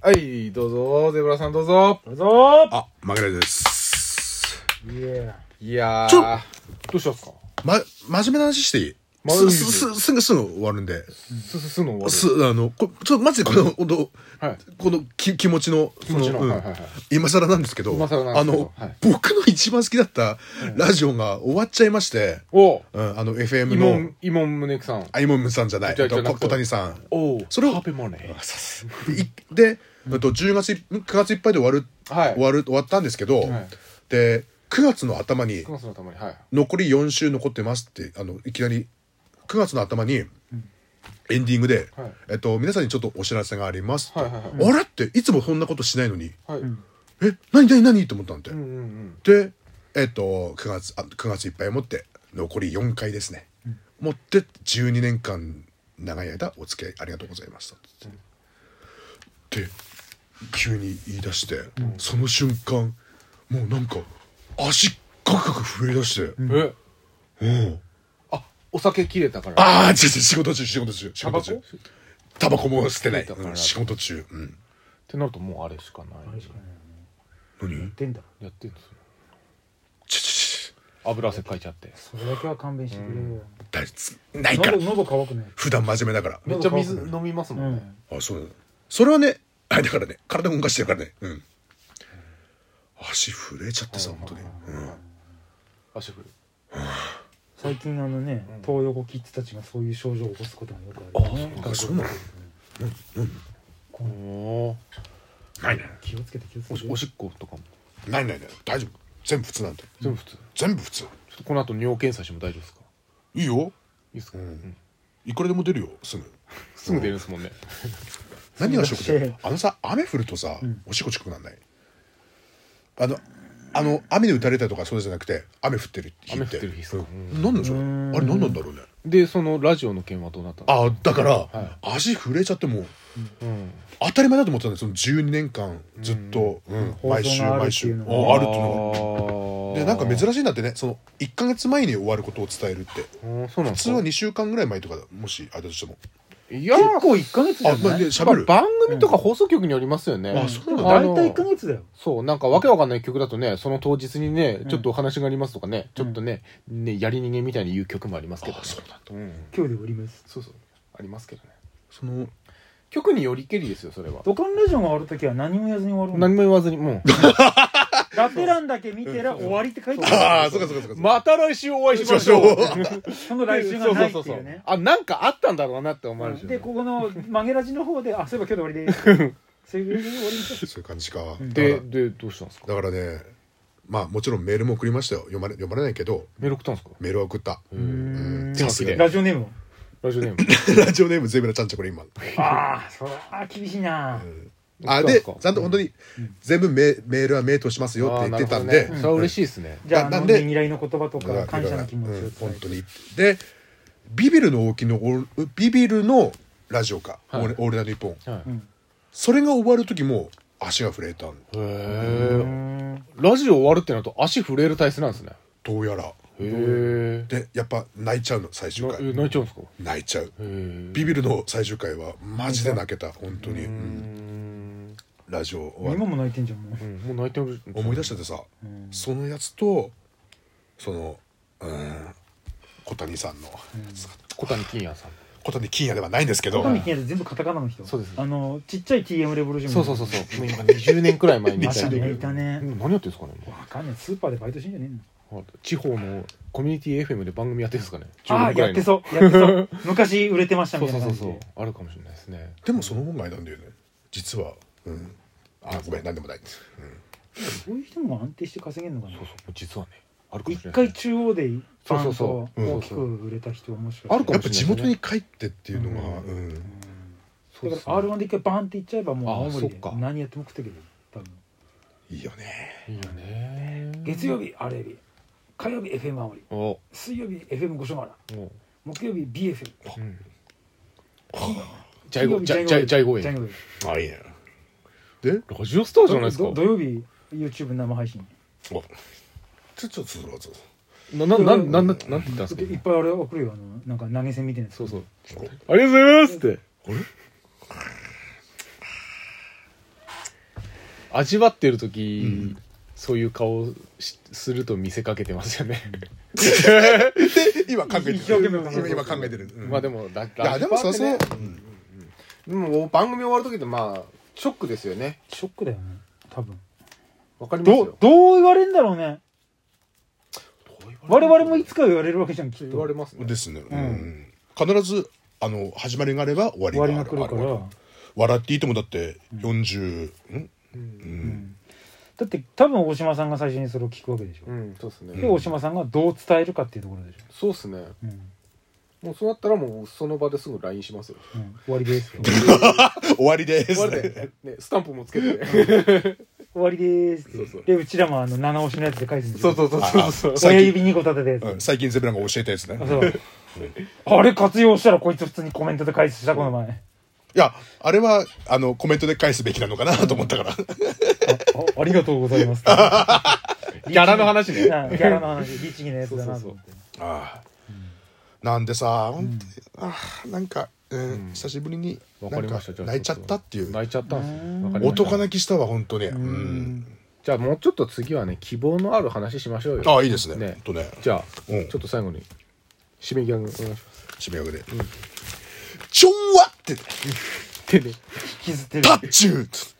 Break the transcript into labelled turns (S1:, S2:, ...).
S1: はい、どうぞ、ゼブラさんどうぞ。
S2: どうぞ
S3: あ、マグレです。
S2: いや
S1: いやー、
S3: ちょ
S1: どうしたっすか
S3: ま、真面目な話していい
S1: 真面目
S3: す、、
S1: です
S3: す、すぐすぐ終わるんで。
S1: すすすの終わ
S3: す、あの、こちょっとマジでこの、この
S1: る。はい。
S3: このき気持ちの、そ
S1: もちろん、
S3: うん
S1: はいはいはい。
S3: 今更なんですけど、
S1: 今更なんです
S3: あ
S1: けど
S3: の、
S1: はい
S3: 僕の一番好きだったラジオが終わっちゃいまして、
S1: お
S3: うん、あの、FM
S1: イモ
S3: の
S1: ン、、イモン胸くさん。
S3: あいもむさんじゃない、
S1: じゃじゃなくて
S3: こ小谷さん。
S1: お
S3: それを
S1: ハーペマネー。
S3: いで、えっと10月い、9月いっぱいで終わる、
S1: はい。
S3: 終わる、終わったんですけど、
S1: はい
S3: で、9月の頭に
S1: ク、マスのたまに、はい。
S3: 残り4週残ってますってあのいきなり9月の頭にエンディングで、
S1: はい
S3: えっと、皆さんにちょっとお知らせがありますって、
S1: はいはい
S3: あれっていつもそんなことしないのに
S1: はい。うん
S3: え何何何って思ったんで、
S1: うんうん。
S3: でえっと9月あ9月いっぱい持って残り4回ですね、持って12年間長い間お付き合いありがとうございましたって、で急に言い出して、その瞬間もうなんか足カクカク震え出して、
S1: え
S3: うん
S1: あ、お酒切れたから。
S3: ああ、違う違う、仕事中、仕事中、仕
S1: タバ
S3: 事
S1: コ
S3: 中。タバコも捨てない。
S1: だから
S3: うん仕事中。うん。
S1: ってなるともうあれしかない。
S3: 何
S2: ってんだ
S1: やってんですよ。
S3: ちょちょち
S1: 油汗かいちゃって。
S2: それだけは勘弁してくれよ
S3: ょ、大つないから
S2: 喉。喉乾くね
S3: 普段真面目だか
S1: めっちゃ水飲みます
S2: う
S1: もんね。
S2: ん
S3: ら。あ、そうだ。それはね、あれだからね、体動かしてるからね。うん。足震えちゃってさ、本当に。うん。
S1: 足振る。
S2: 最近あのね東横キッズたちがそういう症状を起こすことがよくあるよね
S3: あ、そうなの
S1: お
S3: ないない。
S2: 気をつけて気をつけ
S1: おしておしっことかも。
S3: ないないない。大丈夫。全部普通なんだよ。
S1: 全部普通。ちょ
S3: 全部普通。
S1: っとこの後尿検査しても大丈夫ですか
S3: いいよ。
S1: いいですか
S3: う
S1: うん
S3: ん。いくらでも出るよ、すぐ。
S1: すぐ出るんですもんね。
S3: 何がショック
S2: う
S3: で
S2: ん
S3: あのさ雨降るとさ、おしっこちくなんないあのあの雨で打たれたりとかそうじゃなくて雨降ってる日って
S1: 雨降ってる日っすか
S3: うん、何なんそれ
S2: うん
S3: あれ何なんだろうね
S1: で、そのラジオの件はどうなったんですか
S3: あだから、
S1: は
S3: 足震えちゃってもう
S1: うん。
S3: 当たり前だと思ってたんだよその12年間ずっと、うん
S2: 放
S3: 毎
S2: 送
S3: 週
S2: がある
S3: 毎
S2: ってい
S3: 週
S2: う
S3: あ
S2: の
S3: あ
S2: が
S3: るっていうのが
S1: の
S3: でなんか珍しいんだってねその1か月前に終わることを伝えるって
S1: そうなん
S3: 普
S1: です
S3: 通
S1: か
S3: は2週間ぐらい前とかだもしあれだとしても
S1: いやー
S2: 結構1ヶ月じゃ
S3: あまあ
S2: ない
S3: で
S2: だ
S3: 喋る
S1: 番組とか放送局によりますよね。
S3: あそうなんだ
S1: あの
S2: いたい1ヶ月だよ
S1: そう、なんかわけわかんない曲だとね、その当日にね、ちょっとお話がありますとかね、ちょっとね、ね、やり逃げみたいに言う曲もありますけどね。
S3: あそうなんだ
S1: うん。
S2: 今日で売ります
S1: そうそう。ありますけどね。
S3: その
S1: 曲によりけりですよ、それは。
S2: ドカンラジオが終わる時は何も言わずに終わるんだ
S1: 何も言わずに、も
S2: ラテランだけ見てら終わりって書いて
S3: あ
S2: ある
S3: あそうかそうかそう
S1: う、
S3: か
S1: また来週お会いしましょう。
S3: しまし
S2: その来週がないっていうね
S1: あ、なんかあったんだろうなって思われる
S2: で
S1: でしょ
S2: ここの曲げラジの方であそういえば今日で終わりでそういう終わりにしよ
S3: そういう感じかだ
S1: で
S3: か
S1: で、どうしたんですから
S3: だからねまあもちろんメールも送りましたよ読まれ読まれないけど
S1: メール送ったんですか
S3: メールは送った
S2: ううん
S3: さすが
S2: ラジオネームを
S1: ラジオネーム。
S3: ラジオネームゼブラちゃんちゃこれ今
S2: ああそれは厳しいな
S3: あ
S1: そうで
S3: です
S1: か
S3: ちゃんと本当に全部メメールはメートしますよって言ってたん
S1: あーな
S3: で、
S1: るほどねそれは嬉しいですね。
S2: じゃあ
S3: な
S2: あの
S3: なんで
S2: ねぎらいの言葉と
S3: だから
S2: か感謝の気持ちを
S3: うん
S2: 伝
S3: 本
S2: えて
S3: 当にでビビるの大きのオールビビるのラジオか、
S1: はい
S3: オールオールナイトニッポン
S1: はい
S2: うん
S3: それが終わる時も足が震えたん
S1: へ
S2: う
S1: え。
S2: ん
S1: ラジオ終わるってなると足震える体質なんですね。
S3: どうやら
S1: へえ。
S3: でやっぱ泣いちゃうの最終
S1: なえ
S3: 回
S1: 泣いちゃうんですか
S3: 泣いちゃう
S1: へえ。
S3: ビビるの最終回はマジで泣けた本当に、う、
S1: うんん。
S3: ラジオ終わる
S2: 今も泣いてんじゃんもう
S1: うんもう泣いてる。
S3: 思い出しててさ、
S2: ん
S3: そのやつとそのうん小谷さんの、
S1: 小谷金也さん。
S3: 小谷金也ではないんですけど
S2: 小谷金也って全部カタカナの人
S1: そうです
S2: あのちっちゃい TM レボリューション
S1: そうそうそうそう。もう今20年くらい前に
S2: また
S1: い
S2: ね
S1: ない
S2: たね
S1: 何やってるんですかね今
S2: わかんないスーパーでバイトしてんじゃね
S1: 地方のコミュニティ FM で番組やってるんですかね
S2: えのああ
S1: 16くら
S2: や
S1: いの
S2: ってそうやってそう昔売れてました
S1: そ
S2: み
S1: う
S2: たい
S1: そうそう
S2: な感じ
S1: そう
S2: で
S1: あるかもしれないですね
S3: でもその本がなんだよね実は、うん、あごめん何でもない、
S2: そういう人も安定して稼げるのかな
S1: そうそう実はねあるかもし
S2: 一
S1: れない
S2: 回中央でバンと
S1: そうそうそう
S2: 大きく売れた人はもしかして
S1: あるか
S3: や
S1: も
S3: っぱ地元に帰ってっていうのが、うん
S1: そう
S2: だ
S1: です
S2: から R1 で一回バーンっていっちゃえばもう青森で
S1: あそっか
S2: 何やっても食ってける多分
S3: いいよね
S1: いいよね
S2: 月曜日 RAB 火曜日 FM 青森
S1: お
S2: 水曜日 FM 五所川原
S1: お
S2: 木曜日 BFM
S1: うんジャイ
S2: 金曜
S1: ゴ
S2: 日
S1: ジャイジャイジャイゴエ
S2: ジャイゴエ
S3: あいいねで
S1: ラジオスターじゃないですか
S2: ど土曜日 YouTube 生配信
S3: おちょちょっと続こ
S1: ななななんなんなんて言ったんですか
S2: いっ
S1: 今
S2: ぱいあれ送るよあのなんか投げ銭みたいなやつ
S1: そうそうありがとうございますって味わってる時、そういう顔をしすると見せかけてますよね、
S3: 今考えてる
S2: 一生懸命考えて
S3: 今
S2: る
S3: 今考えてる、うん
S1: まあでもラ
S3: いやでもさ
S1: ラッパーって
S3: そ
S1: ね
S3: う
S1: でも番組終わる時ってまあショックですよね
S2: ショックだよね多分
S1: わかります
S2: どう
S1: よ
S2: どう言われんだろうね我々もいつか言われるわけじゃんきっ
S1: 言わ
S2: と
S1: れますね
S3: ですね、うんん必ずあの始まりがあれば終わり
S2: 終
S3: があ
S2: わ
S3: る
S2: りが来るから
S3: ある笑っていいともだって40、ん
S2: うんだって多分大島さんが最初にそれを聞くわけでしょ
S1: うんそうっすね、
S2: で大島さんがどう伝えるかっていうところでしょ
S1: そうっすね
S2: うん
S1: もうそうなったらもうその場ですぐ LINE しますよ
S2: うん終わりですよ
S3: 終わりです
S1: 終わりで、ね、スタンプもつけてね
S2: 終わりです
S1: そうそう
S2: でうちらもあの七押しのやつで返すんで す
S1: そう
S2: よ
S1: そうそうそうそう
S3: あ
S2: 親指2個立ててやつ
S3: うん最近ゼブラが教えたやつね
S2: あそうあれ活用したらこいつ普通にコメントで返すしたこの前
S3: いやあれはあのコメントで返すべきなのかなと思った から
S2: あありがとうございます
S1: ギャラの話ね
S2: ギャラの話律儀なやつだなと思って
S3: ああなんでさ本当にああなんか、うん久しぶりに
S1: わかりました
S3: なんか泣いちゃったっていう
S1: 泣いちゃったんです
S2: うん
S1: わかりました
S3: 男泣きしたわ本当にうん
S1: じゃあもうちょっと次はね希望のある話しましょうよ
S3: ああいいですね
S1: ね
S3: ねとね
S1: じゃあ、
S3: うん
S1: ちょっと最後に締めギャグお願いします
S3: 渋谷で「ちょんわ!」って
S1: でね
S2: 引きずって
S3: 「
S2: る
S3: タッチュー!」